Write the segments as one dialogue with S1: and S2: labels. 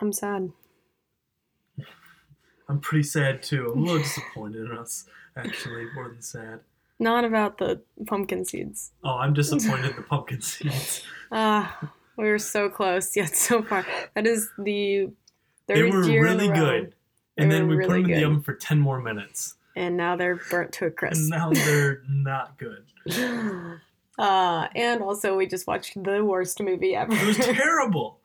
S1: I'm sad.
S2: I'm pretty sad too. I'm a little disappointed in us, actually, more than sad.
S1: Not about the pumpkin seeds.
S2: Oh, I'm disappointed in the pumpkin seeds.
S1: Ah, we were so close yet so far. That is the
S2: They
S1: third
S2: were
S1: year in a
S2: really
S1: row,
S2: good. And
S1: They
S2: then
S1: were
S2: we put
S1: really
S2: them in the
S1: good.
S2: oven for 10 more minutes.
S1: and now they're burnt to a
S2: And
S1: crisp.
S2: now they're not good.
S1: Uh, and also, we just watched the worst movie ever.
S2: It was terrible.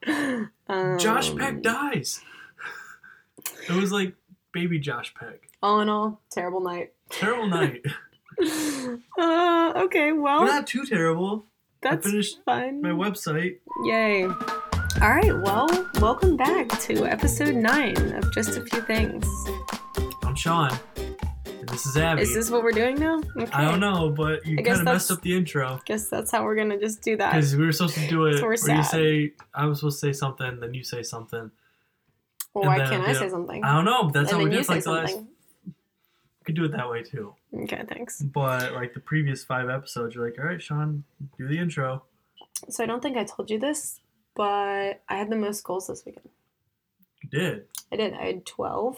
S2: Josh Peck
S1: Um,
S2: dies. It was like baby Josh Peck.
S1: All in all, terrible night.
S2: Terrible night.
S1: uh, okay, well,
S2: Not too terrible.
S1: that's
S2: I finished
S1: fun.
S2: my website.
S1: Yay. All right, well, welcome back to episode nine of Just a Few Things.
S2: I'm Sean. And this is Abby.
S1: Is this what we're doing now? Okay.
S2: I don't know, but you
S1: I guess
S2: kind of messed
S1: that's-
S2: up the intro.
S1: Guess that's how we're gonna just do that.
S2: Because we were supposed to do it
S1: So we're
S2: where
S1: sad.
S2: you say I was supposed to say something, then you say something.
S1: Well,
S2: and
S1: why
S2: then
S1: can't
S2: I'll
S1: I
S2: do-
S1: say something?
S2: I don't know, but
S1: and
S2: that's how we
S1: then
S2: did
S1: you
S2: it
S1: say
S2: like the last
S1: something.
S2: we could do it that way too.
S1: Okay, thanks.
S2: But like the previous five episodes, you're like, Alright, Sean, do the intro.
S1: So I don't think I told you this, but I had the most goals this weekend.
S2: You did.
S1: I did. I had twelve,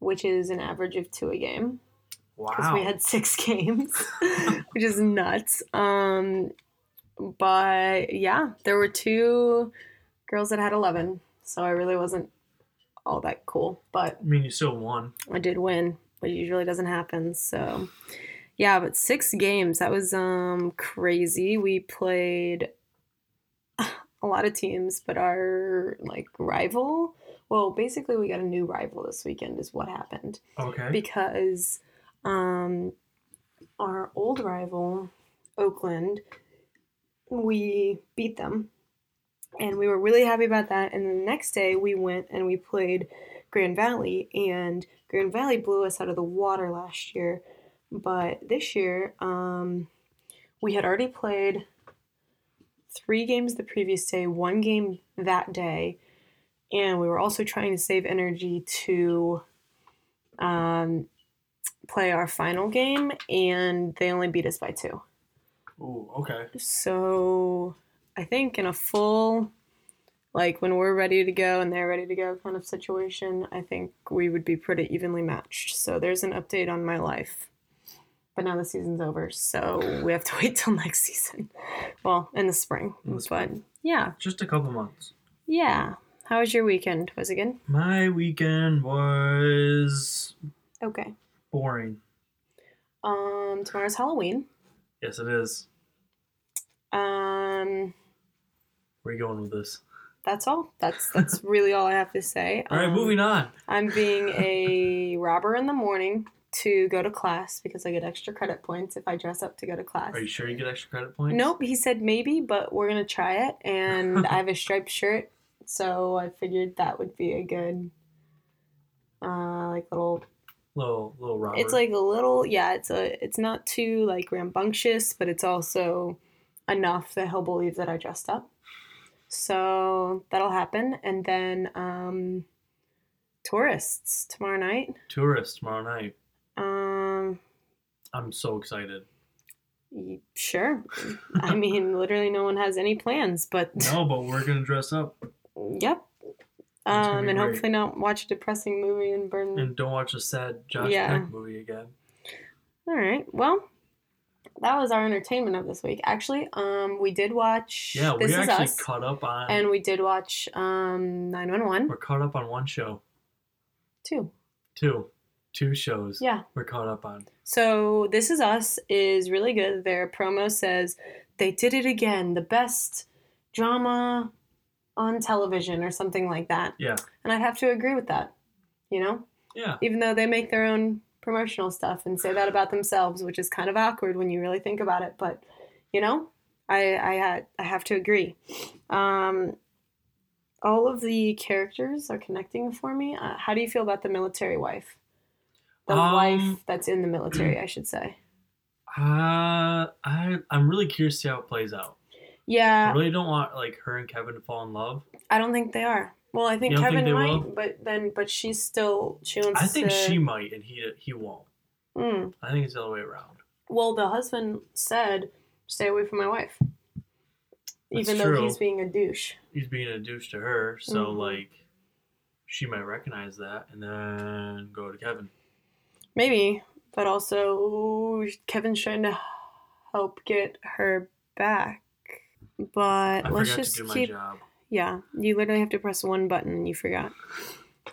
S1: which is an average of two a game. because
S2: Wow.
S1: we had six games, which is nuts. Um, but yeah, there were two girls that had 11, so I really wasn't all that cool, but
S2: I mean you still won.
S1: I did win, which usually doesn't happen. So yeah, but six games that was um crazy. We played a lot of teams, but our like rival. Well, basically, we got a new rival this weekend, is what happened
S2: Okay.
S1: because um, our old rival, Oakland, we beat them. And we were really happy about that. And the next day we went and we played Grand Valley. And Grand Valley blew us out of the water last year. But this year, um, we had already played three games the previous day, one game that day. And we were also trying to save energy to um, play our final game, and they only beat us by two.
S2: Ooh, okay.
S1: So I think in a full, like when we're ready to go and they're ready to go kind of situation, I think we would be pretty evenly matched. So there's an update on my life. But now the season's over, so we have to wait till next season. Well, in the spring.
S2: In the
S1: But yeah,
S2: Just a couple months.
S1: yeah. How was your weekend? Was it good?
S2: My weekend was
S1: Okay.
S2: boring.
S1: Um, tomorrow's Halloween.
S2: Yes it is.
S1: Um,
S2: Where you going with this?
S1: that's all. That's that's really all I have to say.
S2: Alright,
S1: Um,
S2: moving on.
S1: I'm being a robber in the morning to go to class because I get extra credit points if I dress up to go to class.
S2: Are you sure you get extra credit points?
S1: Nope, he said maybe, but we're gonna try it. And I have a striped shirt, so I figured that would be a good, uh, like little.
S2: Little little Robert.
S1: It's like a little, yeah. It's a. It's not too like rambunctious, but it's also enough that he'll believe that I dressed up. So that'll happen, and then um, tourists tomorrow night.
S2: tourist tomorrow night.
S1: Um,
S2: I'm so excited.
S1: y- sure. I mean, literally, no one has any plans, but
S2: No, but we're gonna dress up
S1: yep.
S2: gonna
S1: Um,
S2: be
S1: and
S2: great.
S1: hopefully not watch a depressing movie and burn.
S2: and don't watch a sad Josh
S1: Yeah.
S2: Peck movie again.
S1: All right. Well, that was our entertainment of this week. Actually, um, we did watch.
S2: Yeah,
S1: this
S2: we
S1: is
S2: actually
S1: us,
S2: caught up on.
S1: and we did watch um nine one one
S2: we're caught up on one show,
S1: two.
S2: two, two shows.
S1: Yeah.
S2: we're caught up on.
S1: So this is us is really good. Their promo says they did it again. The best drama on television or something like that.
S2: Yeah,
S1: And I'd have to agree with that, you know?
S2: yeah.
S1: Even though they make their own promotional stuff and say that about themselves, which is kind of awkward when you really think about it, but you know, I I had I have to agree. Um all of the characters are connecting for me. Uh, how do you feel about the military wife? The
S2: Um,
S1: wife that's in the military, I should say.
S2: Uh, I I'm really curious to see how it plays out. I
S1: Yeah,
S2: really don't want like her and Kevin to fall in love.
S1: I don't think they are. Well, I think
S2: You don't think
S1: Kevin
S2: they
S1: might,
S2: will?
S1: but then but she's still she wants
S2: I think
S1: to,
S2: she might, and he he won't.
S1: Mm.
S2: I think it's the other way around.
S1: Well, the husband said, "Stay away from my wife."
S2: That's
S3: even though
S2: true.
S3: he's being a douche.
S2: he's being a douche to her, so
S1: Mm-hmm.
S3: Mhm.
S2: like she might recognize that and then go to Kevin.
S3: Maybe, but also Kevin's trying to help get her back. But
S2: I
S3: let's
S2: forgot
S3: just
S2: to do my
S3: keep.
S2: job.
S3: Yeah, you literally have to press one button and you forgot.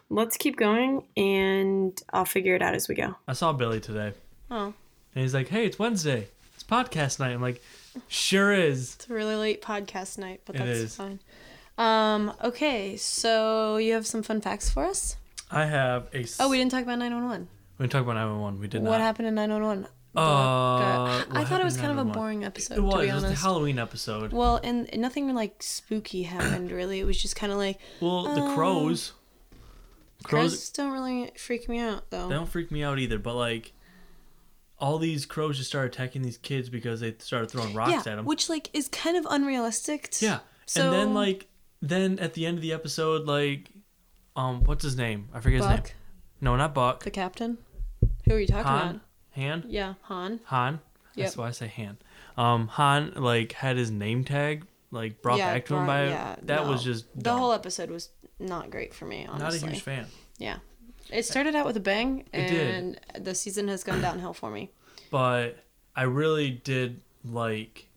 S3: Let's keep going and I'll figure it out as we go.
S2: I saw Billy today
S1: Oh,
S2: and he's like, Hey, it's Wednesday. It's podcast night. I'm like, sure is.
S1: it's a really late podcast night, but
S2: It
S1: that's
S2: is.
S1: fine. Um, okay, so you have some fun facts for us?
S2: I have a s-
S1: Oh, we didn't talk about 911.
S2: we didn't talk about 911. We did
S1: What
S2: not.
S1: happened in 911?
S2: Uh,
S1: Black-
S2: what
S1: I thought it was
S2: happened
S1: kind
S2: in
S1: of a
S2: 911?
S1: boring episode,
S2: It was.
S1: to be
S2: It was the
S1: honest.
S2: Halloween episode.
S1: well, and nothing like spooky happened really. It was just kind of like
S2: Well, the
S1: Um,
S2: crows.
S1: crows,
S2: Crows.
S1: don't really freak me out though.
S2: They don't freak me out either, but like, all these crows just started attacking these kids because they started throwing rocks
S1: yeah,
S2: at them.
S1: which like is kind of unrealistic. t-
S2: yeah, and
S1: so-
S2: then like, then at the end of the episode, like, um, what's his name? I forget his name.
S1: Buck,
S2: No, not Buck.
S1: the captain. Who are you talking
S2: Han.
S1: about?
S2: Han.
S1: Yeah, Han.
S2: Han. That's
S1: Yep.
S2: why I say Han. Um, Han like had his name tag like brought
S1: yeah,
S2: back to him
S1: Bron-
S2: by
S1: yeah,
S2: that was
S1: no.
S2: just
S1: the
S2: dumb.
S1: whole episode was not great for me.
S2: Not a
S1: Honestly,
S2: huge fan.
S1: yeah, it started out with a bang,
S2: It did.
S1: and the season has gone downhill for me.
S2: but I really did like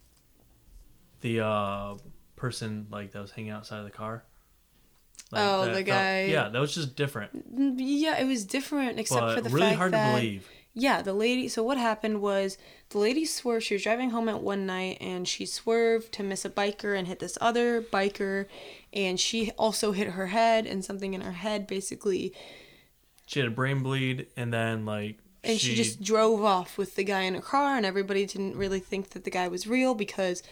S2: the uh person like that was hanging outside of the car.
S1: Oh,
S2: that
S1: the
S2: felt-
S1: guy-
S2: Yeah, that was just different,
S1: Mm, Yeah, it was different, except
S2: but
S1: for the
S2: really
S1: fact
S2: hard
S1: that
S2: to believe.
S1: yeah, the lady. So what happened was the lady swerved. She was driving home at one night, and she swerved to miss a biker and hit this other biker, and she also hit her head, and something in her head basically,
S2: She had a brain bleed, and then like
S1: and she, just drove off with the guy in her car, and everybody didn't really think that the guy was real because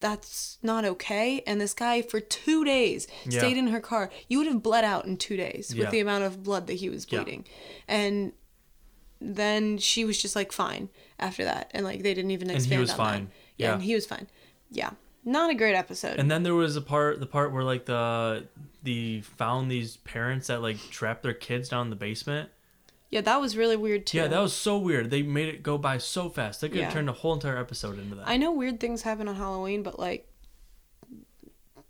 S1: that's not okay. And this guy for two days
S2: Yeah.
S1: stayed in her car. You would have bled out in two days with
S2: Yeah.
S1: the amount of blood that he was
S2: Yeah.
S1: bleeding, and then she was just like fine after that, and like they didn't even
S2: he
S1: expand
S2: was
S1: on
S2: fine.
S1: that. Yeah,
S2: Yeah.
S1: and he was fine. Yeah, not a great episode.
S2: And then there was a part, the part where like the the found these parents that like trapped their kids down in the basement.
S1: yeah, that was really weird too.
S2: Yeah, that was so weird. They made it go by so fast. They could have
S1: Yeah.
S2: turned a whole entire episode into that.
S1: I know weird things happen on Halloween, but like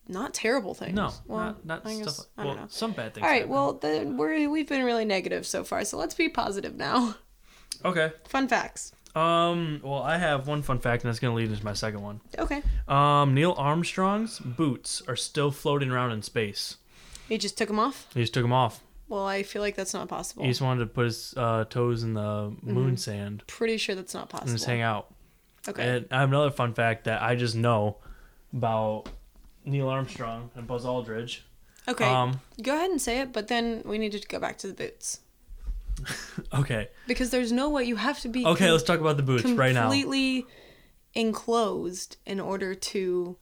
S1: not terrible things.
S2: no,
S1: well,
S2: not, not
S1: I
S2: stuff.
S1: guess-
S2: like,
S1: I
S2: well,
S1: don't know.
S2: some bad things.
S1: All right,
S2: happen.
S1: well then we're we've been really negative so far, so let's be positive now.
S2: okay.
S1: Fun facts.
S2: Um. Well, I have one fun fact, and that's gonna lead into my second one.
S1: Okay,
S2: Um. Neil Armstrong's boots are still floating around in space.
S1: you just took them off.
S2: He just took them off.
S1: Well, I feel like that's not possible.
S2: He just wanted to put his uh, toes in the
S1: Mm-hmm.
S2: moon sand
S1: Pretty sure that's not
S2: and just
S1: possible.
S2: hang out.
S1: okay,
S2: And I have another fun fact that I just know about Neil Armstrong and Buzz Aldridge.
S1: okay.
S2: Um.
S1: go ahead and say it, but then we need to go back to the boots
S2: Okay.
S1: because there's no way you have to be
S2: Okay.
S1: com-
S2: Let's talk about the boots right now.
S1: completely enclosed in order to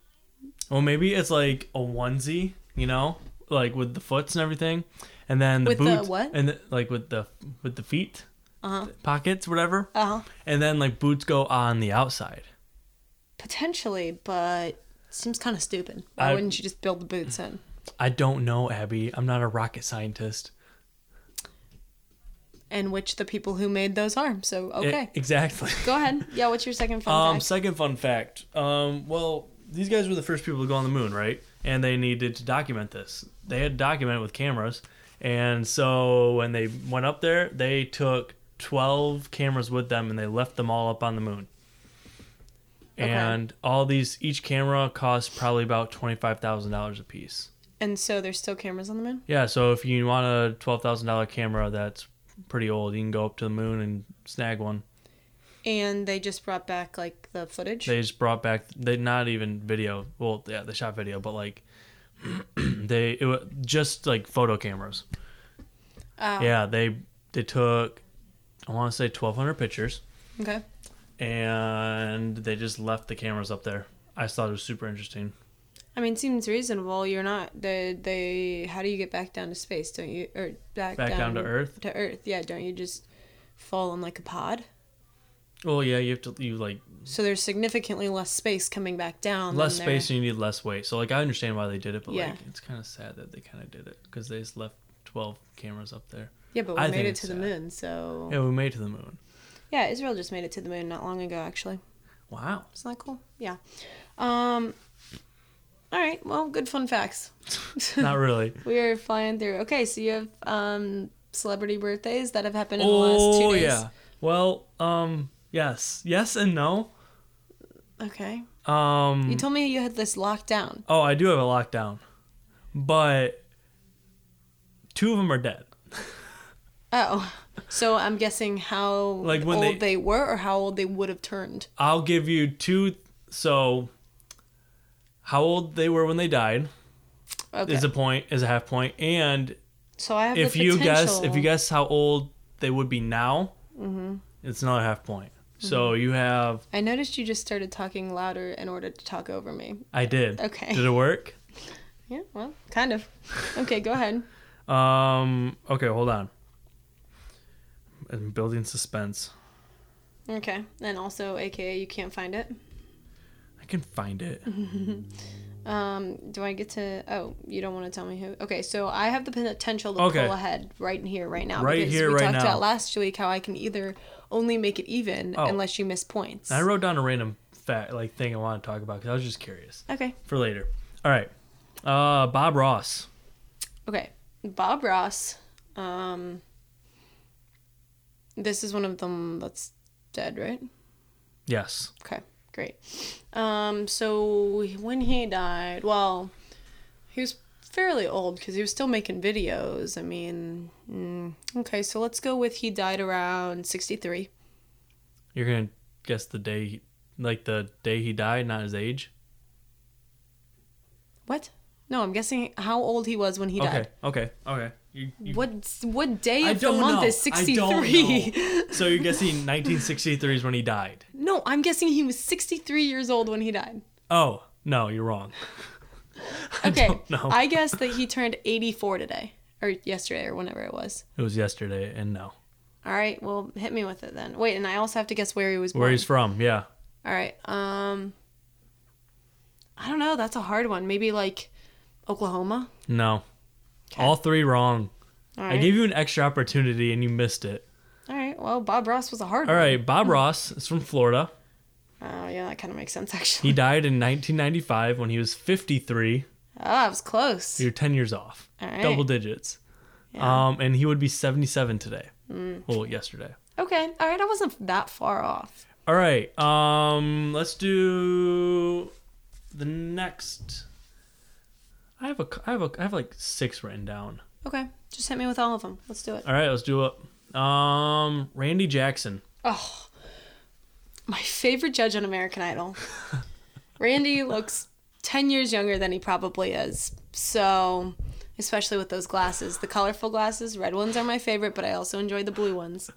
S2: Well, maybe it's like a onesie. You know, like with the foots and everything, and then the
S1: With the
S2: boots
S1: what?
S2: and the, like with the with the feet.
S1: uh huh
S2: pockets, whatever.
S1: uh huh
S2: And then like boots go on the outside.
S1: Potentially, but seems kind of stupid. Why
S2: I-
S1: wouldn't you just build the boots in?
S2: I don't know, Abby. I'm not a rocket scientist.
S1: And which the people who made those are. So
S2: E-
S1: okay,
S2: exactly.
S1: go ahead. Yeah, what's your second fun
S2: Um,
S1: fact?
S2: second fun fact. Um, well, these guys were the first people to go on the moon, right? And they needed to document this. They had to document it with cameras. And so when they went up there, they took 12 cameras with them and they left them all up on the moon.
S1: Okay.
S2: And all these, each camera cost probably about $25,000 a piece.
S1: and so there's still cameras on the moon.
S2: Yeah, so if you want a twelve thousand dollar camera that's pretty old, you can go up to the moon and snag one.
S1: And they just brought back like the footage.
S2: They just brought back they not even video. Well, yeah, they shot video, but like they it was just like photo cameras.
S1: Oh,
S2: Yeah, they they took I want to say twelve hundred pictures,
S1: Okay.
S2: and they just left the cameras up there. I just thought it was super interesting.
S1: I mean, seems reasonable. You're not they. They. How do you get back down to space? Don't you or back
S2: Back down to Earth?
S1: To Earth. Yeah. Don't you just fall in like a pod?
S2: Well, yeah, you have to you like
S1: So there's significantly less space coming back down.
S2: less
S1: than there-
S2: space and you need less weight. So like I understand why they did it, but
S1: Yeah.
S2: like it's kind of sad that they kind of did it because they just left twelve cameras up there.
S1: Yeah, but we
S2: I
S1: made
S2: think
S1: it
S2: it's
S1: to the
S2: sad.
S1: moon, so
S2: Yeah, we made it to the moon.
S1: Yeah, Israel just made it to the moon not long ago, actually.
S2: Wow.
S1: Isn't that cool? Yeah. Um. All right. Well, good fun facts.
S2: Not really.
S1: we are flying through. Okay, so you have um celebrity birthdays that have happened in the last
S2: oh
S1: two days.
S2: yeah. Well, um, yes, yes and no.
S1: Okay.
S2: Um,
S1: You told me you had this locked down.
S2: oh, I do have a lockdown, but two of them are dead.
S1: Oh. So I'm guessing how
S2: Like when
S1: old
S2: they-
S1: they... were or how old they would have turned.
S2: I'll give you two. So, how old they were when they died
S1: Okay.
S2: is a point, is a half point, and
S1: so I have
S2: if
S1: the
S2: you guess, if
S1: potential- Mm-hmm.
S2: you guess how old they would be now, it's another half point. So you have,
S1: I noticed you just started talking louder in order to talk over me.
S2: I did.
S1: Okay.
S2: Did it work?
S1: Yeah, well, kind of. Okay, go ahead.
S2: Um. Okay, hold on. I'm building suspense.
S1: Okay. And also aka you can't find it.
S2: I can find it.
S1: Mm-hmm. Um, do I get to? Oh, you don't want to tell me who? Okay, so I have the potential to
S2: Okay.
S1: pull ahead right here, right now.
S2: Right
S1: because
S2: here,
S1: we
S2: right
S1: talked
S2: now.
S1: about last week how I can either only make it even
S2: Oh.
S1: unless you miss points.
S2: I wrote down a random fact, like thing I want to talk about because I was just curious
S1: okay,
S2: for later. All right. Uh, Bob Ross.
S1: okay. Bob Ross. Um, this is one of them that's dead, right?
S2: Yes.
S1: Okay, great. Um, so when he died, well, he was fairly old because he was still making videos. I mean, mm, okay, so let's go with he died around 63.
S2: You're gonna guess the day, he- like the day he died, not his age.
S1: What? No, I'm guessing how old he was when he
S2: okay.
S1: died.
S2: Okay. Okay. You, you,
S1: What what day
S2: I
S1: of the
S2: don't
S1: month
S2: know.
S1: is
S2: I don't
S1: 63?
S2: So you're guessing 1963 is when he died.
S1: no, I'm guessing he was 63 years old when he died.
S2: Oh no, you're wrong.
S1: Okay.
S2: don't know.
S1: I guess that he turned 84 today or yesterday or whenever it was.
S2: It was yesterday, and no.
S1: All right, well, hit me with it then. Wait, and I also have to guess where he was born.
S2: Where he's from? Yeah.
S1: All right. Um I don't know, that's a hard one. Maybe like Oklahoma.
S2: No.
S1: Okay.
S2: All three wrong.
S1: All
S2: I
S1: right.
S2: gave you an extra opportunity and you missed it.
S1: All right. Well, Bob Ross was a hard
S2: All right, Bob
S1: Oh.
S2: Ross is from Florida.
S1: one. Oh, yeah, that kind of makes sense actually.
S2: He died in 1995 when he was 53.
S1: Ah, I was close.
S2: You're 10 years off.
S1: All right.
S2: Double digits.
S1: Yeah. Mm.
S2: Um, and he would be 77 today. Well, yesterday.
S1: Okay. All right, I wasn't that far off.
S2: All right. Um, let's do the next. I have a, c- I have a, I have like six written down.
S1: Okay. Just hit me with all of them. Let's do it.
S2: All right, let's do it. Um, Randy Jackson.
S1: Oh. My favorite judge on American Idol. Randy looks 10 years younger than he probably is. So, especially with those glasses. The colorful glasses, red ones are my favorite, but I also enjoy the blue ones.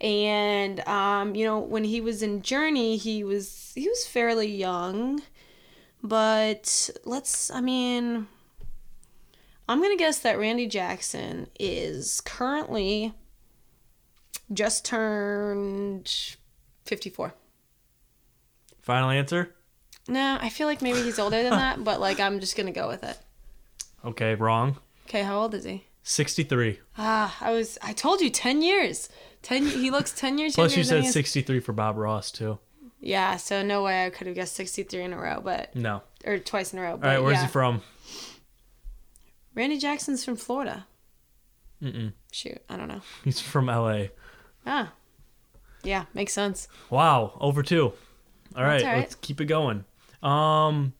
S1: And um, you know, when he was in Journey, he was he was fairly young. But let's I mean I'm going to guess that Randy Jackson is currently just turned 54.
S2: Final answer.
S1: No, I feel like maybe he's older than that, but like I'm just gonna go with it.
S2: Okay, wrong.
S1: Okay, how old is he?
S2: 63.
S1: Ah, I was I told you ten years. Ten he looks ten years
S2: Plus, you
S1: younger than
S2: said
S1: he is.
S2: 63 for Bob Ross too.
S1: Yeah, so no way I could have guessed sixty three in a row, but
S2: No. All
S1: or twice in a row. But
S2: right, where's
S1: yeah.
S2: he from?
S1: Randy Jackson's from Florida.
S2: Mm-mm.
S1: Shoot, I don't know.
S2: He's from LA.
S1: Ah. Yeah, makes sense.
S2: Wow, over two. all right,
S1: all right.
S2: let's keep it going. Um,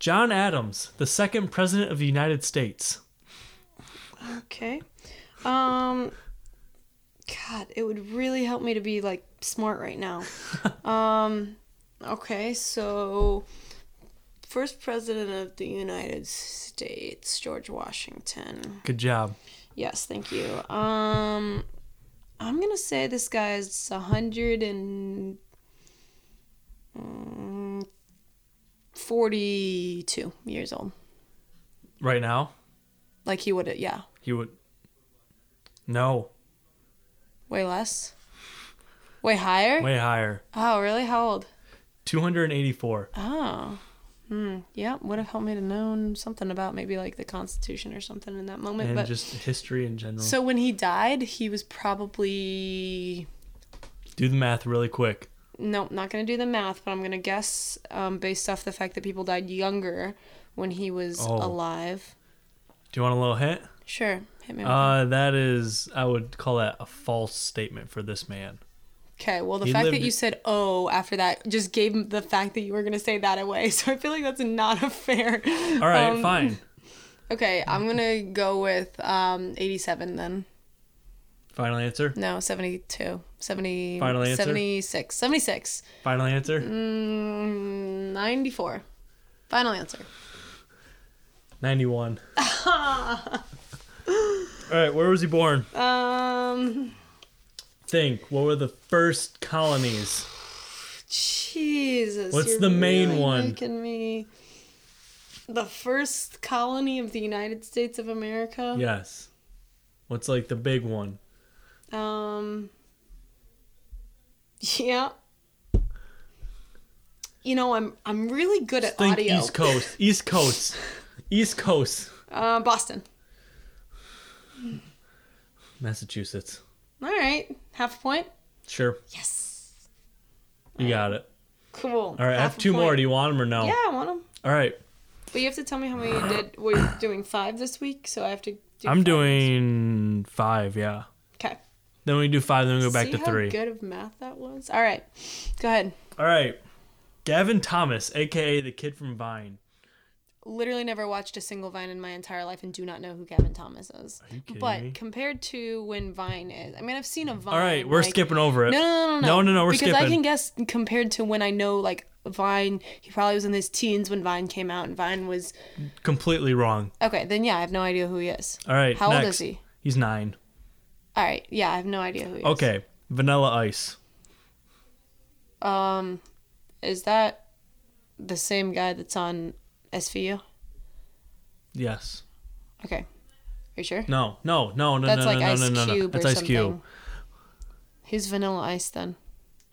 S2: John Adams, the second president of the United States.
S1: Okay. Um God, it would really help me to be like smart right now. um okay, so first president of the United States, George Washington.
S2: Good job.
S1: Yes, thank you. Um I'm going to say this guy's 100 and mm, 42 years old.
S2: Right now,
S1: Like he would have, yeah.
S2: he would. No,
S1: Way less. Way higher?
S2: way higher.
S1: Oh, really? How old?
S2: 284.
S1: Oh. Hmm. Yeah, would have helped me to known something about maybe like the Constitution or something in that moment.
S2: And
S1: but
S2: just history in general.
S1: so when he died, he was probably
S2: Do the math really quick.
S1: no, not gonna do the math, but I'm gonna guess um, based off the fact that people died younger when he was
S2: Oh.
S1: alive.
S2: Do you want a little hint?
S1: Sure, hit me.
S2: Uh, that is, I would call that a false statement for this man.
S1: okay, well, the
S2: he
S1: fact that
S2: lived-
S1: you said "oh" after that just gave him the fact that you were gonna say that away. So I feel like that's not a fair.
S2: All right,
S1: um,
S2: fine.
S1: Okay, I'm gonna go with um, 87 then.
S2: Final answer.
S1: No, 72, 70,
S2: Final answer?
S1: 76, 76,
S2: Final answer.
S1: mm, 94. Final answer.
S2: 91. All right, where was he born?
S1: Um,
S2: Think, what were the first colonies?
S1: Jesus.
S2: What's
S1: you're
S2: the main
S1: really
S2: one?
S1: Making me the first colony of the United States of America.
S2: Yes. What's like the big one?
S1: Um. Yeah. You know, I'm I'm really good at
S2: Think
S1: audio.
S2: East Coast. East Coast. East Coast.
S1: Uh, Boston.
S2: Massachusetts.
S1: All right, half a point.
S2: Sure.
S1: Yes.
S2: You got it.
S1: Cool.
S2: All right, I
S1: half
S2: have
S1: a
S2: two more.
S1: point.
S2: Do you want them or no?
S1: Yeah, I want them.
S2: All right.
S1: But you have to tell me how many you did. We're doing five this week, so I have to. Do
S2: I'm doing five, yeah.
S1: Okay.
S2: Then we do five, then we go back
S1: See
S2: to
S1: how
S2: three.
S1: Good of math that was. All right, go ahead.
S2: All right. Gavin Thomas, aka the kid from Vine.
S1: Literally never watched a single Vine in my entire life and do not know who Gavin Thomas is.
S2: you kidding
S1: but
S2: me?
S1: compared to when Vine is, I mean, I've seen a Vine.
S2: All right, we're
S1: like-
S2: skipping over it.
S1: Oh No, no, no, no,
S2: No, no, no, we're
S1: because I
S2: skipping.
S1: can guess compared to when I know like Vine, he probably was in his teens when Vine came out, and Vine was
S2: Completely wrong.
S1: okay. Then yeah, I have no idea who he is.
S2: All right.
S1: How
S2: next.
S1: old is he?
S2: He's nine.
S1: All right, yeah, I have no idea who he is.
S2: Okay. Vanilla Ice.
S1: Um, is that the same guy that's on SVU?
S2: Yes.
S1: Okay. Are you sure?
S2: No. No. No. No.
S1: that's
S2: no.
S1: like
S2: no.
S1: Ice
S2: no. No. No.
S1: Cube
S2: That's
S1: or
S2: Ice
S1: something.
S2: Cube.
S1: Who's Vanilla Ice then?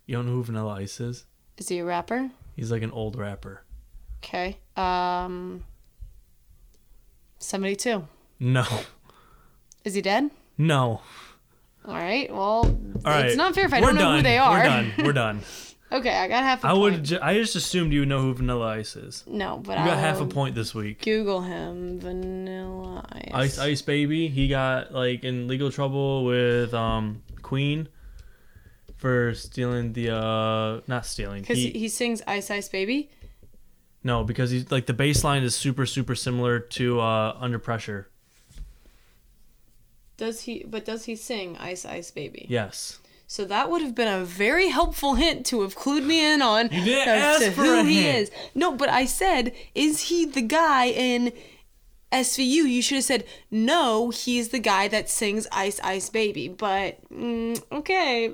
S2: You don't know who Vanilla Ice is?
S1: Is he a rapper?
S2: He's like an old rapper.
S1: Okay. Um. Seventy-two.
S2: No.
S1: Is he dead?
S2: No.
S1: All right. Well,
S2: All right.
S1: it's not fair if I
S2: We're
S1: don't know
S2: done.
S1: who they are.
S2: We're done. We're done.
S1: okay, I got half a
S2: I
S1: point.
S2: would. Ju- I just assumed you would know who Vanilla Ice is.
S1: no, but
S2: You
S1: I
S2: got half a
S1: will
S2: point this week.
S1: Google him. Vanilla Ice.
S2: Ice Ice Baby. He got like in legal trouble with um Queen for stealing the uh not stealing.
S1: Because
S2: He-
S1: he, he sings Ice Ice Baby.
S2: No, because he's like the bass line is super super similar to uh Under Pressure.
S1: Does he? But does he sing Ice Ice Baby?
S2: Yes.
S1: So that would have been a very helpful hint to have clued me in on
S2: You didn't
S1: as to
S2: ask for
S1: who
S2: a
S1: he
S2: hint.
S1: is. No, but I said, is he the guy in SVU? You should have said, no, he's the guy that sings Ice Ice Baby. But mm, okay,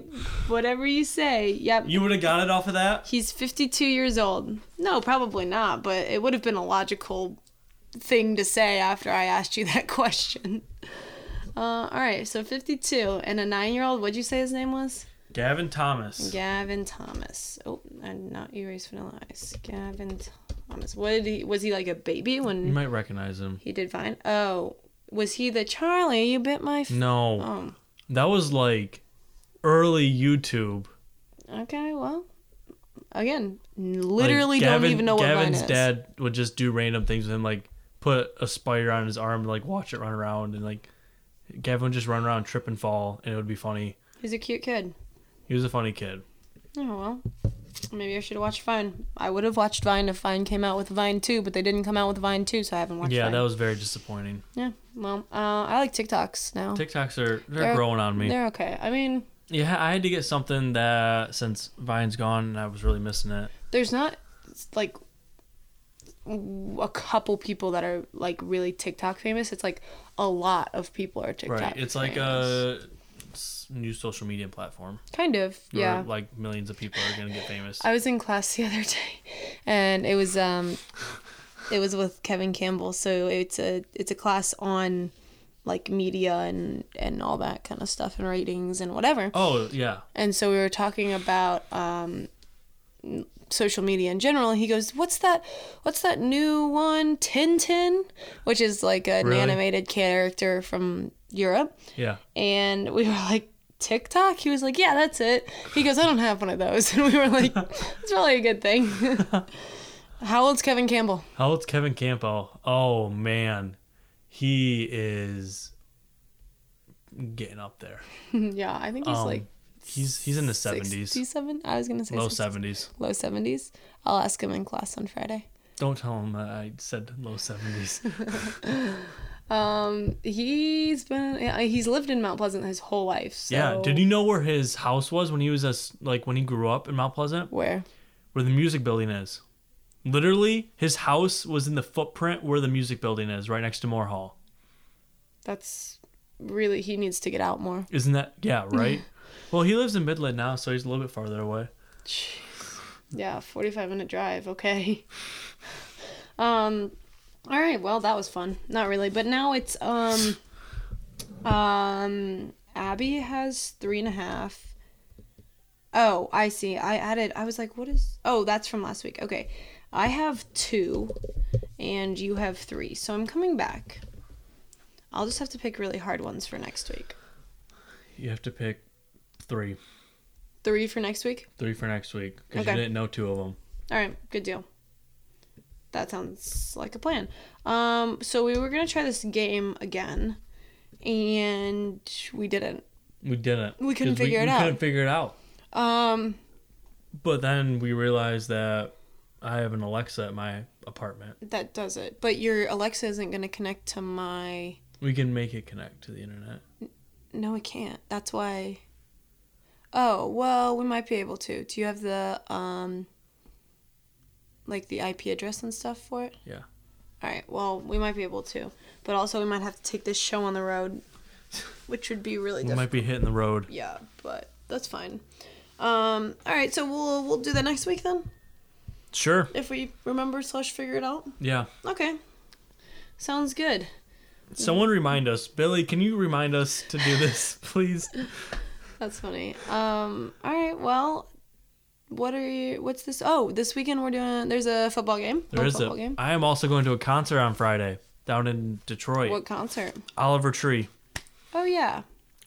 S1: whatever you say. Yep.
S2: You would have got it off of that?
S1: He's 52 years old. No, probably not, but it would have been a logical thing to say after I asked you that question. Uh, all right, so 52 and a nine year old, what'd you say his name was?
S2: Gavin Thomas.
S1: Gavin Thomas. Oh, I did not erase Vanilla Ice. Gavin Thomas. What did he? Was he like a baby
S2: You
S1: when
S2: might recognize him.
S1: he did Vine? Oh, was he the Charlie? You bit my. F-
S2: No.
S1: um.
S2: That was like early YouTube.
S1: Okay. Well. Again, n-
S2: Like,
S1: literally
S2: Gavin-
S1: don't even know what
S2: Gavin's
S1: Vine is.
S2: dad would just do random things with him, like put a spider on his arm, like watch it run around and like Gavin would just run around, trip and fall, and it would be funny.
S1: He's a cute kid.
S2: He was a funny kid.
S1: Oh well. Maybe I should have watched Vine. I would have watched Vine if Vine came out with Vine 2, but they didn't come out with Vine 2, so I haven't watched
S2: yeah,
S1: Vine.
S2: that was very disappointing.
S1: Yeah. Well, uh, I like TikToks now.
S2: TikToks are they're,
S1: Oh. They're-
S2: growing on me.
S1: They're okay. I mean,
S2: Yeah, I had to get something that since Vine's gone, and I was really missing it.
S1: there's not like a couple people that are like really TikTok famous. It's like a lot of people are TikTok.
S2: Right, it's like uh,
S1: famous.
S2: a s- new social media platform.
S1: kind of
S2: where,
S1: yeah.
S2: like millions of people are gonna get famous.
S1: I was in class the other day, and it was um, it was with Kevin Campbell. So it's a it's a class on like media and and all that kind of stuff and ratings and whatever.
S2: oh yeah,
S1: And so we were talking about um, n- social media in general. And he goes, "What's that? What's that new one? Tintin, which is like an
S2: Really?
S1: animated character from Europe."
S2: yeah.
S1: And we were like, TikTok? He was like, Yeah, that's it. He goes, I don't have one of those. And we were like, That's probably a good thing. How old's Kevin Campbell?
S2: How old's Kevin Campo? Oh man, he is getting up there.
S1: yeah, I think he's
S2: Um,
S1: like
S2: He's he's in the seventies,
S1: 67? I was going to say
S2: low
S1: 60s.
S2: seventies.
S1: low 70s. I'll ask him in class on Friday.
S2: Don't tell him that I said low seventies.
S1: Um, he's been yeah, he's lived in Mount Pleasant his whole life. So
S2: Yeah. Did you know where his house was when he was a s like when he grew up in Mount Pleasant,
S1: where?
S2: where the music building is? Literally, his house was in the footprint where the music building is, right next to Moore Hall.
S1: That's really he needs to get out more.
S2: Isn't that yeah
S1: Hmm.
S2: right? well, he lives in Midland now, so he's a little bit farther away.
S1: Jeez. Yeah, 45 minute drive. Okay. Um all right, well, that was fun. Not really, but now it's um um Abby has three and a half. Oh, I see. I added I was like, what is oh, that's from last week. Okay. I have two and you have three. So I'm coming back. I'll just have to pick really hard ones for next week.
S2: You have to pick three,
S1: Three for next week?
S2: three for next week because
S1: Okay.
S2: you didn't know two of them.
S1: All right, good deal. That sounds like a plan. Um, so we were gonna try this game again, and we didn't.
S2: We didn't.
S1: We couldn't
S2: 'cause
S1: figure it
S2: we
S1: out.
S2: Couldn't figure it out.
S1: Um,
S2: But then we realized that I have an Alexa at my apartment.
S1: that does it. But your Alexa isn't gonna connect to my.
S2: We can make it connect to the internet.
S1: No, it can't. That's why. Oh well, we might be able to. Do you have the um. Like the IP address and stuff for it.
S2: Yeah.
S1: All right. Well, we might be able to, but also we might have to take this show on the road, which would be really
S2: We
S1: difficult.
S2: might be hitting the road.
S1: yeah, but that's fine. Um, all right, so we'll we'll do that next week then,
S2: Sure.
S1: if we remember slash figure it out.
S2: Yeah.
S1: Okay, sounds good. Hmm.
S2: Someone remind us. Billy, can you remind us to do this, please?
S1: That's funny. Um, all right, well, what are you? What's this? Oh, this weekend we're doing. There's a football game.
S2: There
S1: a
S2: is
S1: football
S2: a.
S1: game.
S2: I am also going to a concert on Friday down in Detroit.
S1: What concert?
S2: Oliver Tree,
S1: Oh yeah.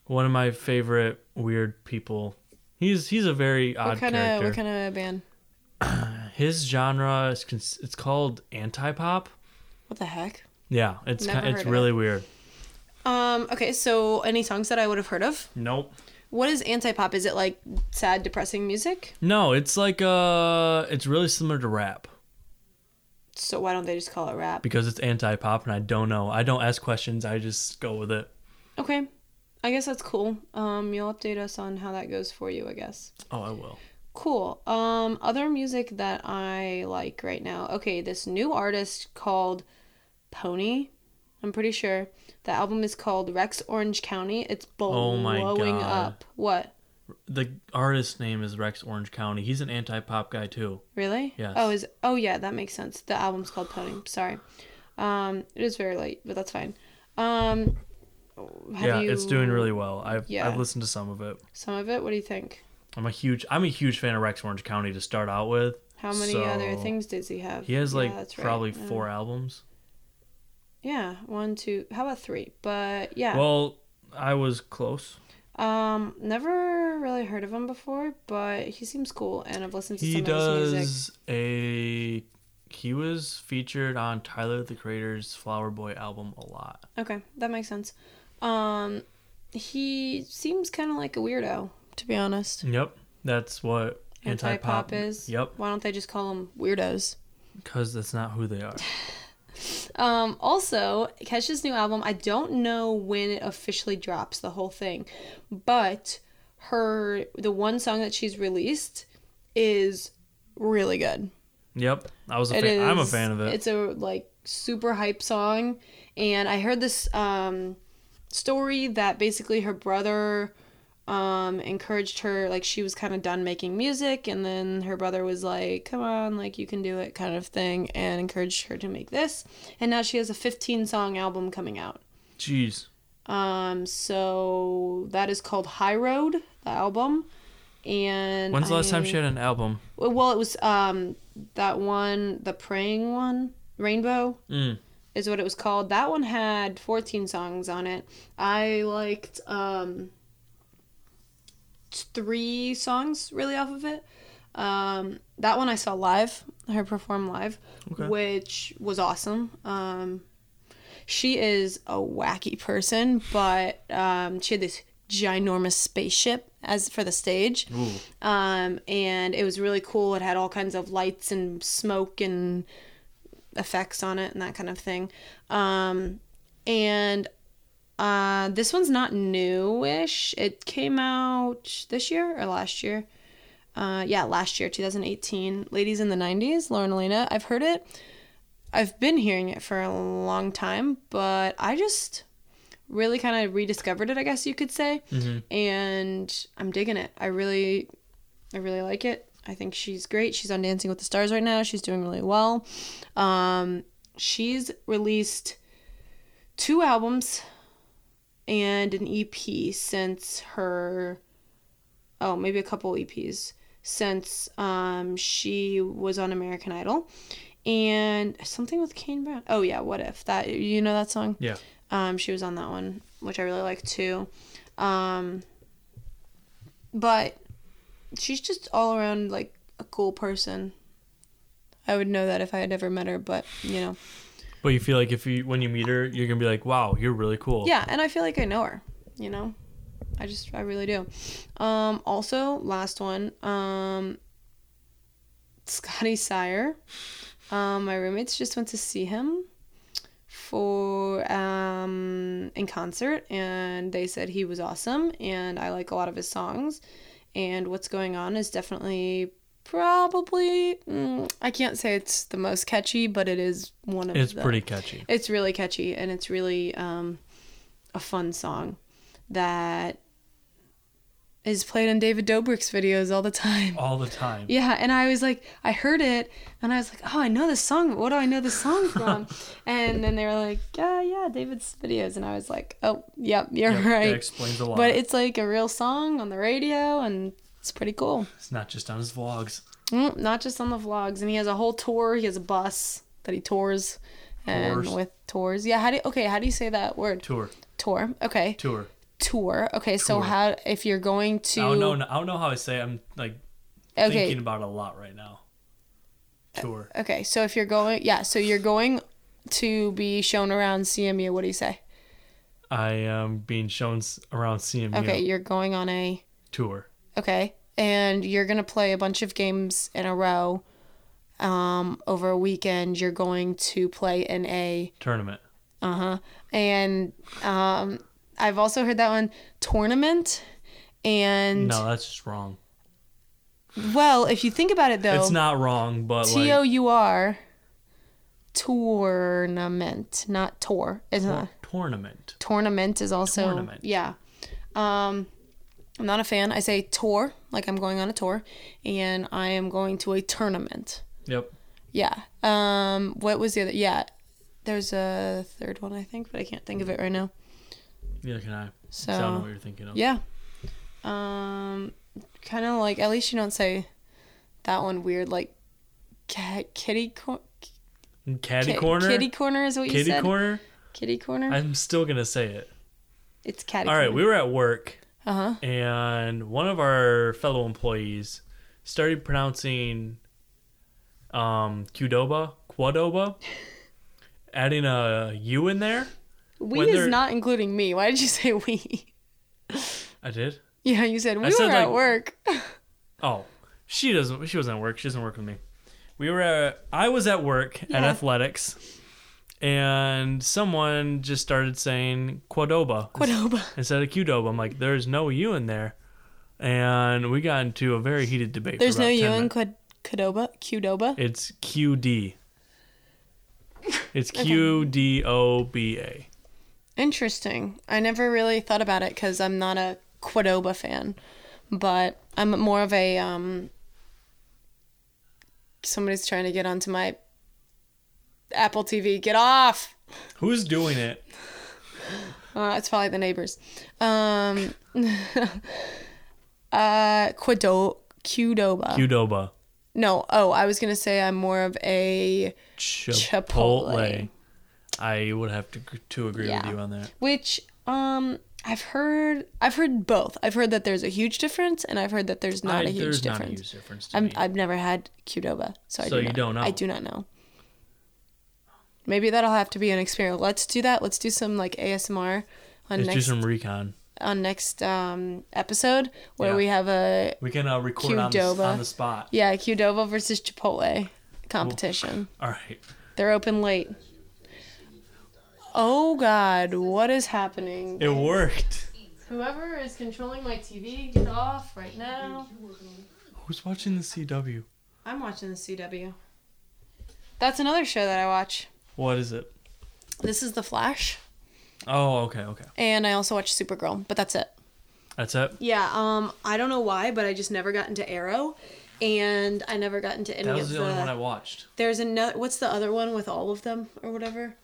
S2: one of my favorite weird people. He's he's a very odd
S1: What kind of
S2: character.
S1: what kind of band?
S2: His genre is cons- it's called anti pop.
S1: What the heck?
S2: Yeah, it's
S1: Never
S2: ki- it's
S1: heard of
S2: really
S1: it.
S2: weird.
S1: Um, okay, so any songs that I would have heard of?
S2: Nope.
S1: What is anti-pop? Is it like sad, depressing music?
S2: No, it's like uh, it's really similar to rap
S1: So why don't they just call it rap?
S2: because it's anti-pop, and I don't know. I don't ask questions. I just go with it.
S1: Okay. I guess that's cool. Um, you'll update us on how that goes for you, I guess.
S2: Oh, I will.
S1: Cool. Um, other music that I like right now. Okay, this new artist called Pony. I'm pretty sure the album is called Rex Orange County. It's
S2: Oh
S1: blowing
S2: my God.
S1: up. What?
S2: The artist's name is Rex Orange County. He's an anti-pop guy too.
S1: Really?
S2: Yes.
S1: Oh, is oh yeah, that makes sense. The album's called Pony. Sorry. Um, it is very late, but that's fine. Um, have
S2: yeah,
S1: you-
S2: it's doing really well. I've
S1: Yeah.
S2: I've listened to some of it.
S1: some of it. What do you think?
S2: I'm a huge I'm a huge fan of Rex Orange County to start out with.
S1: How many
S2: So,
S1: other things does he have?
S2: He has
S1: Yeah,
S2: like
S1: that's right.
S2: probably
S1: Yeah.
S2: four albums.
S1: Yeah, one, two. How about three? But yeah,
S2: Well, I was close.
S1: um, never really heard of him before, but he seems cool, and I've listened to
S2: He
S1: some of his music.
S2: does a he was featured on Tyler the Creator's Flower Boy album a lot.
S1: Okay, that makes sense. Um, he seems kind of like a weirdo, to be honest.
S2: Yep. That's what
S1: Anti-pop
S2: anti-pop
S1: is.
S2: Yep,
S1: Why don't they just call them weirdos?
S2: cuz that's not who they are.
S1: Um, also, Kesha's new album, I don't know when it officially drops, the whole thing, but her, the one song that she's released is really good.
S2: Yep. I was a
S1: It
S2: fan. I'm a
S1: is-
S2: fan of it.
S1: It's a like super hype song, and I heard this um, story that basically her brother um, encouraged her. Like she was kind of done making music, and then her brother was like, "Come on, like you can do it," kind of thing, and encouraged her to make this. And now she has a 15 song album coming out.
S2: Jeez.
S1: Um, so that is called High Road, the album. And
S2: When's the last time
S1: I-
S2: she had an album?
S1: well, well, it was um that one, the praying one, Rainbow
S2: Mm.
S1: is what it was called. That one had 14 songs on it. I liked um three songs really off of it. Um, that one I saw live, her perform live,
S2: Okay.
S1: which was awesome. Um, she is a wacky person, but um, she had this ginormous spaceship as for the stage
S2: Ooh.
S1: um, and it was really cool. It had all kinds of lights and smoke and effects on it and that kind of thing. Um, and uh, this one's not newish. It came out this year or last year. Uh, yeah, last year, 2018. Ladies in the 90s, Lauren Elena. I've heard it. I've been hearing it for a long time, but I just really kind of rediscovered it, I guess you could say. And I'm digging it. I really, I really like it. I think she's great. She's on Dancing with the Stars right now. She's doing really well. Um, she's released two albums and an EP since her, oh, maybe a couple EPs since um, she was on American Idol. And something with Kane Brown. Oh yeah, what if that? You know that song?
S2: Yeah.
S1: Um, she was on that one, which I really like too. Um, but she's just all around like a cool person. I would know that if I had ever met her, but you know,
S2: But you feel like if you when you meet her, you're gonna be like, wow, you're really cool.
S1: yeah. And I feel like I know her. You know, I just I really do. Um, also, last one, um, Scotty Sire. Um, my roommates just went to see him for um in concert and they said he was awesome and I like a lot of his songs and what's going on is definitely probably mm, I can't say it's the most catchy but it is one of
S2: It's
S1: the-
S2: pretty catchy.
S1: it's really catchy and it's really um, a fun song that is played in David Dobrik's videos all the time.
S2: All the time.
S1: Yeah, and I was like, I heard it, and I was like, oh, I know this song. But what do I know this song from? and then they were like, yeah, yeah, David's videos, and I was like, oh, yep, you're
S2: Yep, That
S1: right.
S2: explains a lot.
S1: But it's like a real song on the radio, and it's pretty cool.
S2: it's not just on his vlogs.
S1: Mm, not just on the vlogs, and he has a whole tour. He has a bus that he tours, and
S2: Tours.
S1: with tours. Yeah, how do you, okay? How do you say that word?
S2: Tour.
S1: Tour. Okay,
S2: Tour.
S1: tour. Okay, so
S2: Tour.
S1: how if you're going to
S2: I don't know I don't know how I say it. I'm like
S1: okay
S2: thinking about it a lot right now. Tour.
S1: okay so if you're going yeah so you're going to be shown around CMU. What do you say?
S2: I am being shown s- around CMU
S1: Okay, you're going on a
S2: tour.
S1: okay, and you're gonna play a bunch of games in a row. Um, over a weekend, you're going to play in a
S2: Tournament.
S1: Uh-huh. And um I've also heard that one tournament and
S2: No, that's just wrong.
S1: well, if you think about it though,
S2: It's not wrong, but
S1: T O
S2: like
S1: U R tournament, not tour. It's not
S2: tournament.
S1: tournament is also
S2: Tournament.
S1: yeah. Um I'm not a fan. I say tour, like I'm going on a tour and I am going to a tournament.
S2: Yep.
S1: Yeah. Um what was the other yeah. There's a third one I think, but I can't think of it right now.
S2: Neither can I.
S1: So
S2: so I don't know what you're thinking of.
S1: Yeah. Um, kind of like at least you don't say that one weird like cat, kitty cor-
S2: Caddy
S1: ki-
S2: corner.
S1: Kitty corner is what you
S2: Kitty
S1: said.
S2: corner.
S1: Kitty corner.
S2: I'm still gonna say it.
S1: it's catty.
S2: All right, we were at work
S1: Uh huh.
S2: and one of our fellow employees started pronouncing um Qdoba, Quadoba, adding a U in there.
S1: We
S2: when
S1: is
S2: they're-
S1: not including me. Why did you say we?
S2: I did.
S1: yeah, you said we
S2: said,
S1: were at
S2: like-
S1: work.
S2: Oh, she doesn't. She wasn't at work. She doesn't work with me. We were. At, I was at work at
S1: Yeah.
S2: athletics, and someone just started saying Quadoba
S1: Quadoba.
S2: instead of Qdoba. I'm like, there's no U in there, and we got into a very heated debate.
S1: There's
S2: for
S1: no
S2: about
S1: you
S2: 10
S1: in
S2: minutes.
S1: Quad- Quadoba. Qdoba.
S2: It's QD. It's Q D O B A.
S1: Interesting. I never really thought about it because I'm not a Quadoba fan, but I'm more of a um. Somebody's trying to get onto my Apple TV. Get off!
S2: Who's doing it?
S1: Uh, it's probably the neighbors. Um, uh, Quado Qdoba.
S2: Qdoba.
S1: no, oh, I was gonna say I'm more of a
S2: Chipotle.
S1: Chipotle.
S2: I would have to to agree
S1: Yeah.
S2: with you on that.
S1: which um I've heard I've heard both. I've heard that there's a huge difference and I've heard that there's not
S2: I-
S1: a huge
S2: there's
S1: difference.
S2: not a huge difference. To
S1: I'm,
S2: me.
S1: I've never had Qdoba, so I
S2: So
S1: do
S2: you
S1: not,
S2: don't know.
S1: I do not know. Maybe that'll have to be an experiment. Let's do that. Let's do some like ASMR on
S2: Let's do
S1: next
S2: some recon.
S1: on next um episode where
S2: Yeah.
S1: we have a
S2: We can uh, record on the,
S1: Qdoba.
S2: on the spot.
S1: yeah Qdoba versus Chipotle competition.
S2: All right.
S1: They're open late. Oh God, what is happening?
S2: It worked.
S1: Whoever is controlling my TV, get off right now.
S2: Who's watching the CW?
S1: I'm watching the CW. That's another show that I watch.
S2: What is it?
S1: This is The Flash,
S2: Oh, okay, okay.
S1: and I also watch Supergirl, but that's it.
S2: That's it.
S1: Yeah, um, I don't know why, but I just never got into Arrow, and I never got into any
S2: That was
S1: of
S2: the
S1: the.
S2: only one I watched.
S1: There's another. What's the other one with all of them or whatever?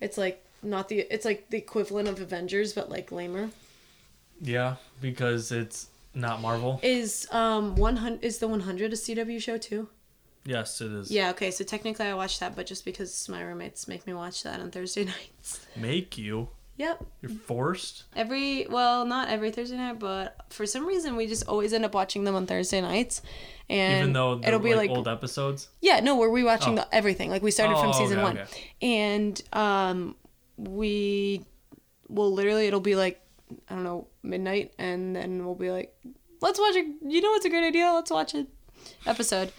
S1: It's like not the. It's like the equivalent of Avengers, but like lamer.
S2: Yeah, because it's not Marvel.
S1: Is um one hundred is the one hundred a CW show too?
S2: Yes, it is.
S1: Yeah. Okay. So technically, I watch that, but just because my roommates make me watch that on Thursday nights.
S2: Make you.
S1: Yep.
S2: You're forced.
S1: Every well, not every Thursday night, but for some reason we just always end up watching them on Thursday nights, and
S2: Even though they're,
S1: it'll be
S2: like,
S1: like
S2: old episodes.
S1: Yeah, no, we're rewatching
S2: Oh.
S1: the, everything. Like we started
S2: Oh,
S1: from
S2: okay,
S1: season one,
S2: okay.
S1: and um, we will literally it'll be like I don't know midnight, and then we'll be like, let's watch it. You know what's a great idea? Let's watch an episode.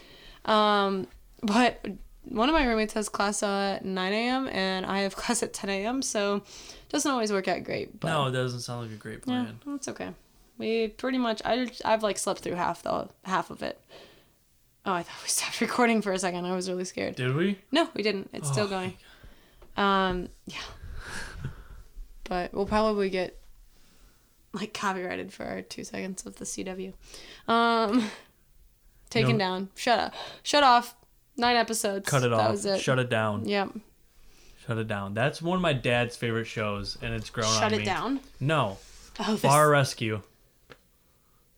S1: Um, but one of my roommates has class at nine a.m. and I have class at ten a.m. So it doesn't always work out great. But
S2: No, it doesn't sound like a great
S1: yeah,
S2: plan.
S1: it's okay. We pretty much I I've like slept through half the half of it. Oh, I thought we stopped recording for a second. I was really scared.
S2: Did we?
S1: No, we didn't. It's still
S2: Oh,
S1: going. Um, yeah. but we'll probably get like copyrighted for our two seconds of the CW. Um, taken
S2: No.
S1: down. Shut up. Shut off. Nine episodes.
S2: Cut it
S1: that
S2: off.
S1: was it.
S2: Shut it down.
S1: Yep.
S2: Shut it down. That's one of my dad's favorite shows, and it's grown on
S1: Shut
S2: me.
S1: it down.
S2: No,
S1: Oh, this,
S2: Bar Rescue,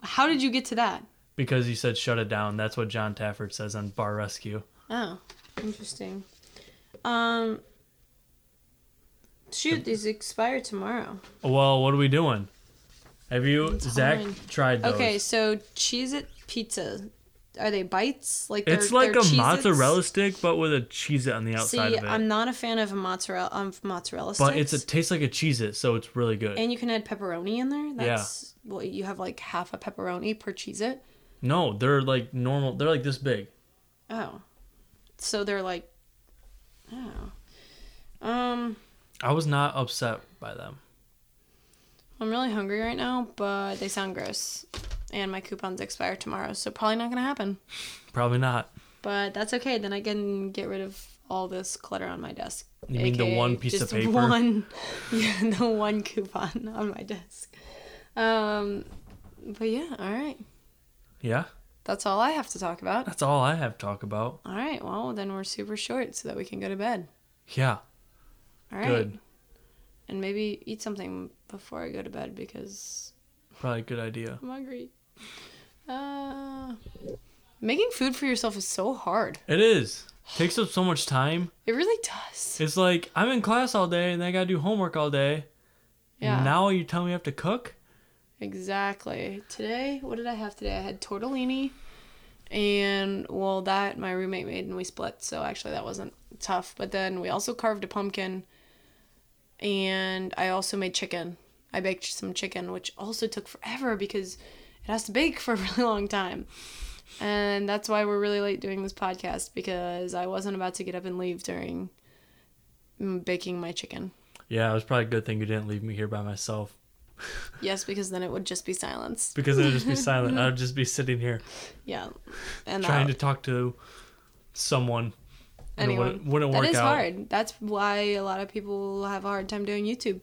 S1: how did you get to that?
S2: because he said shut it down. That's what John Tafford says on Bar Rescue.
S1: Oh, interesting. Um, shoot, these expire tomorrow.
S2: Well, what are we doing? Have you Zach
S1: fine.
S2: tried those?
S1: Okay, so cheese it pizza. Are they bites? Like they're,
S2: it's like
S1: they're
S2: a
S1: Cheez-Its?
S2: mozzarella stick, but with a cheese on the outside
S1: See,
S2: of it.
S1: I'm not a fan of a mozzarella of mozzarella sticks.
S2: but it's a tastes like a cheese it, so it's really good.
S1: and you can add pepperoni in there. That's well, you have like half a pepperoni per cheese it.
S2: no, they're like normal. They're like this big.
S1: Oh, so they're like, oh, um,
S2: I was not upset by them.
S1: I'm really hungry right now, but they sound gross, and my coupons expire tomorrow, so probably not gonna happen.
S2: Probably not.
S1: But that's okay. Then I can get rid of all this clutter on my desk.
S2: You mean the
S1: AKA
S2: one piece of
S1: just
S2: paper?
S1: One, yeah, the one coupon on my desk. Um, but yeah, all right.
S2: Yeah,
S1: That's all I have to talk about.
S2: that's all I have to talk about.
S1: All right. Well, then we're super short so that we can go to bed.
S2: Yeah,
S1: All right.
S2: Good.
S1: And maybe eat something before I go to bed because
S2: probably a good idea.
S1: I'm hungry. Uh, making food for yourself is so hard.
S2: It is. Takes up so much time.
S1: It really does.
S2: It's like I'm in class all day and then I gotta do homework all day.
S1: Yeah.
S2: And now you tell me I have to cook?
S1: Exactly. Today, what did I have today? I had tortellini, and well, that my roommate made and we split. So actually, that wasn't tough. But then we also carved a pumpkin, and I also made chicken. I baked some chicken, which also took forever because it has to bake for a really long time. And that's why we're really late doing this podcast because I wasn't about to get up and leave during mm, baking my chicken.
S2: Yeah, it was probably a good thing you didn't leave me here by myself.
S1: Yes, because then it would just be silence.
S2: Because I'd just be silent. I'd just be sitting here
S1: Yeah. And uh,
S2: trying
S1: that-
S2: to talk to someone. And it
S1: anyone.
S2: wouldn't, wouldn't work
S1: that is
S2: out.
S1: hard. That's why a lot of people have a hard time doing YouTube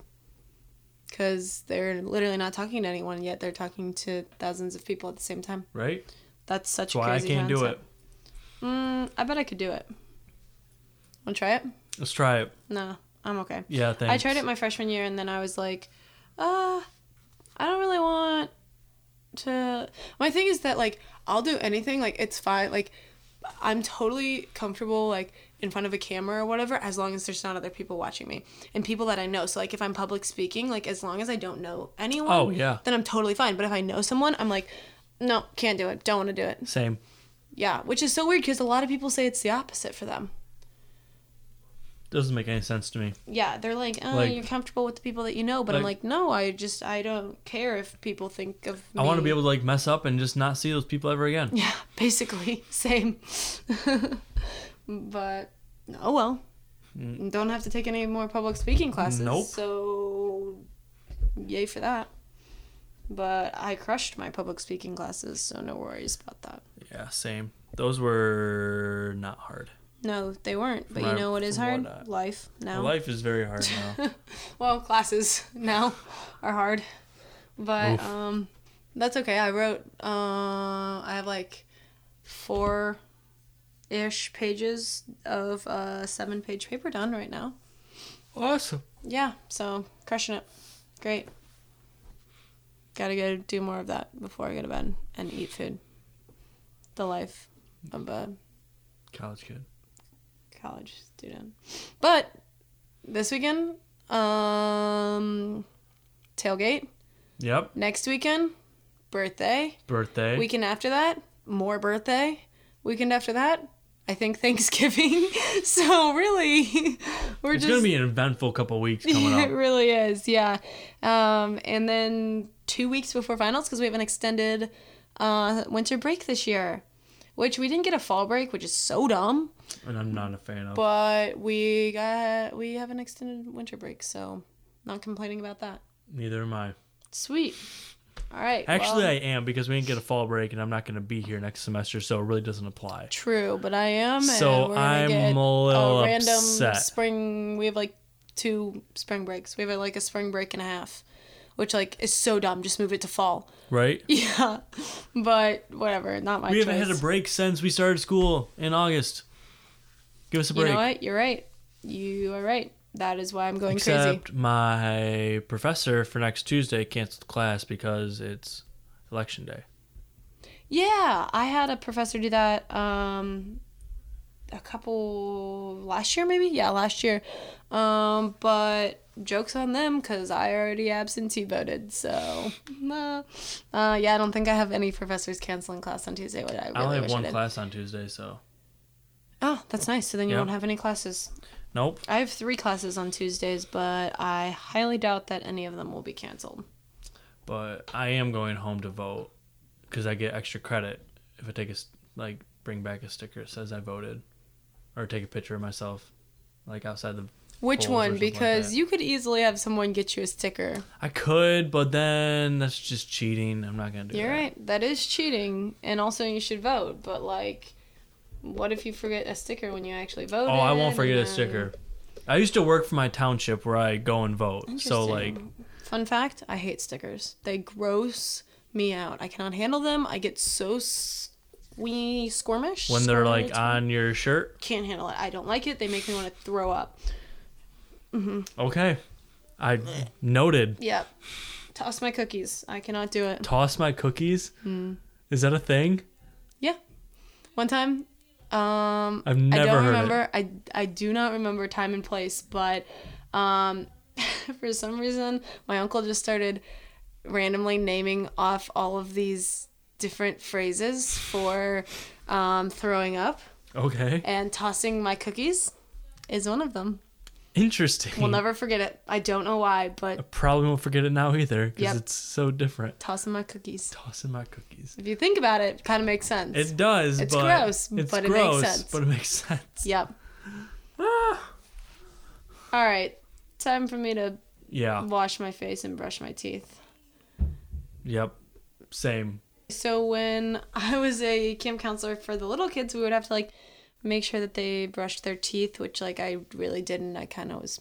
S1: because they're literally not talking to anyone yet they're talking to thousands of people at the same time.
S2: Right?
S1: That's such
S2: That's why
S1: a
S2: I
S1: crazy
S2: can't do it.
S1: concept. Mm, I bet I could do it. Want to try it?
S2: Let's try it.
S1: No, I'm okay.
S2: Yeah, thanks.
S1: I tried it my freshman year and then I was like, uh, I don't really want to. My thing is that, like, I'll do anything. Like, it's fine. Like, I'm totally comfortable, like, in front of a camera or whatever as long as there's not other people watching me and people that I know. So like if I'm public speaking, like as long as I don't know anyone,
S2: Oh, yeah.
S1: then I'm totally fine. But if I know someone, I'm like, no, can't do it. Don't want to do it.
S2: Same.
S1: Yeah, which is so weird because a lot of people say it's the opposite for them.
S2: Doesn't make any sense to me.
S1: Yeah, they're like, oh,
S2: Like-
S1: you're comfortable with the people that you know, but I'm
S2: Like-
S1: like, no, I just I don't care if people think of.
S2: I want to
S1: me."
S2: be able to like mess up and just not see those people ever again.
S1: Yeah, basically same. but oh well, don't have to take any more public speaking classes.
S2: Mm. Nope.
S1: So yay for that. But I crushed my public speaking classes, so no worries about that.
S2: Yeah, same. Those were not hard.
S1: No, they weren't. But
S2: Right,
S1: you know what is
S2: from
S1: hard?
S2: what I-
S1: Life now.
S2: Life is very hard now.
S1: well, classes now are hard, but
S2: Oof.
S1: um, that's okay. I wrote. Uh, I have like four ish pages of a seven page paper done right now.
S2: awesome.
S1: Yeah, so crushing it. Great. Gotta go do more of that before I go to bed and eat food. The life of a
S2: College kid.
S1: college student. But this weekend, um, tailgate.
S2: Yep.
S1: Next weekend, birthday.
S2: Birthday.
S1: Weekend after that, more birthday. Weekend after that, I think Thanksgiving. so really, we're
S2: it's
S1: just
S2: gonna be an eventful couple weeks coming
S1: it
S2: up.
S1: really is, yeah. Um, and then two weeks before finals, because we have an extended uh, winter break this year, which we didn't get a fall break, which is so dumb.
S2: and I'm not a fan of.
S1: But we got we have an extended winter break, so not complaining about that.
S2: Neither am I.
S1: Sweet. All right.
S2: Actually,
S1: well,
S2: I am because we didn't get a fall break, and I'm not gonna be here next semester, so it really doesn't apply.
S1: true, but I am.
S2: So
S1: and we're gonna
S2: I'm
S1: get
S2: a little
S1: random
S2: upset.
S1: spring. We have like two spring breaks. We have like a spring break and a half, which like is so dumb. Just move it to fall.
S2: Right?
S1: Yeah, but whatever. Not my
S2: we
S1: choice.
S2: haven't had a break since we started school in August. Give us a
S1: You
S2: break.
S1: know what? You're right. You are right. That is why I'm going crazy.
S2: Except my professor for next Tuesday canceled class because it's election day.
S1: Yeah, I had a professor do that um a couple last year maybe. Yeah, last year. Um but jokes on them cuz I already absentee voted. So, nah. uh yeah, I don't think I have any professors canceling class on Tuesday, what I really
S2: I only have
S1: wish
S2: one
S1: I did.
S2: class on Tuesday, so
S1: Oh, that's nice. So then you
S2: Yeah.
S1: do not have any classes.
S2: nope.
S1: I have 3 classes on Tuesdays, but I highly doubt that any of them will be canceled.
S2: But I am going home to vote because I get extra credit if I take a s- like bring back a sticker that says I voted, or take a picture of myself, like outside the.
S1: Which
S2: Polls or
S1: one?
S2: something like
S1: Because
S2: that.
S1: you could easily have someone get you a sticker.
S2: I could, but then that's just cheating. I'm not gonna do
S1: You're
S2: that.
S1: right. That is cheating, and also you should vote. But like, what if you forget a sticker when you actually Um, vote?
S2: Oh, I won't forget a sticker. I used to work for my township where I go and vote. So like,
S1: fun fact: I hate stickers. They gross me out. I cannot handle them. I get so squee squirmish
S2: when they're
S1: squirmy-
S2: like on your shirt,
S1: Can't handle it. I don't like it. They make me want to throw up.
S2: okay. I noted.
S1: Yep. Toss my cookies. I cannot do it.
S2: Toss my cookies.
S1: Hmm.
S2: Is that a thing?
S1: Yeah. One time, um,
S2: I've never
S1: I don't
S2: heard it.
S1: remember. I I do not remember time and place, but um, for some reason, my uncle just started randomly naming off all of these different phrases for um, throwing up
S2: Okay.
S1: and tossing my cookies is one of them.
S2: Interesting.
S1: We'll never forget it. I don't know why, but
S2: Probably won't forget it now either because
S1: Yep.
S2: it's so different.
S1: tossing my cookies.
S2: Tossing my cookies.
S1: If you think about it, kind of makes sense.
S2: It does.
S1: It's
S2: but
S1: gross,
S2: it's
S1: but it makes
S2: gross,
S1: sense.
S2: But it makes sense.
S1: yep.
S2: Ah.
S1: All right. Time for me to
S2: Yeah.
S1: wash my face and brush my teeth.
S2: Yep. Same.
S1: So when I was a camp counselor for the little kids, we would have to like make sure that they brushed their teeth, which like I really didn't. I kind of was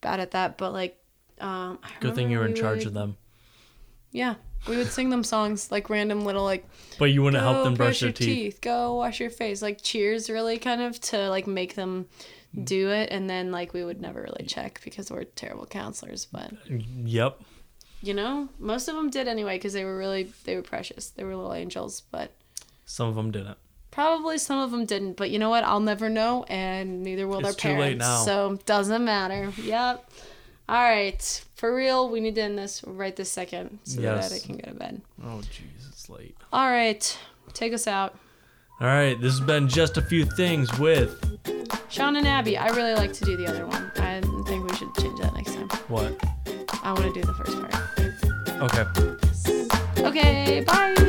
S1: bad at that, but like um I
S2: Good thing you were in charge of
S1: them.
S2: them.
S1: Yeah. We would sing them songs like random little like
S2: But you wouldn't
S1: "Go
S2: help them brush their
S1: your
S2: teeth.
S1: Go wash your face. Like cheers really kind of to like make them
S2: Mm.
S1: do it and then like we would never really check because we're terrible counselors, but
S2: Yep.
S1: you know, most of them did anyway because they were really they were precious. They were little angels, but
S2: Some of them didn't.
S1: Probably some of them didn't, but you know what? I'll never know, and neither will
S2: It's
S1: their
S2: too
S1: parents.
S2: late now.
S1: So doesn't matter. Yep. All right, for real, we need to end this right this second so
S2: Yes.
S1: that I can go to bed.
S2: Oh, jeez, it's late.
S1: All right, take us out,
S2: All right, this has been just a few things with
S1: Sean and Abby. I really like to do the other one. I think we should change that next time.
S2: what?
S1: I want to do the first part.
S2: Okay.
S1: Okay, bye.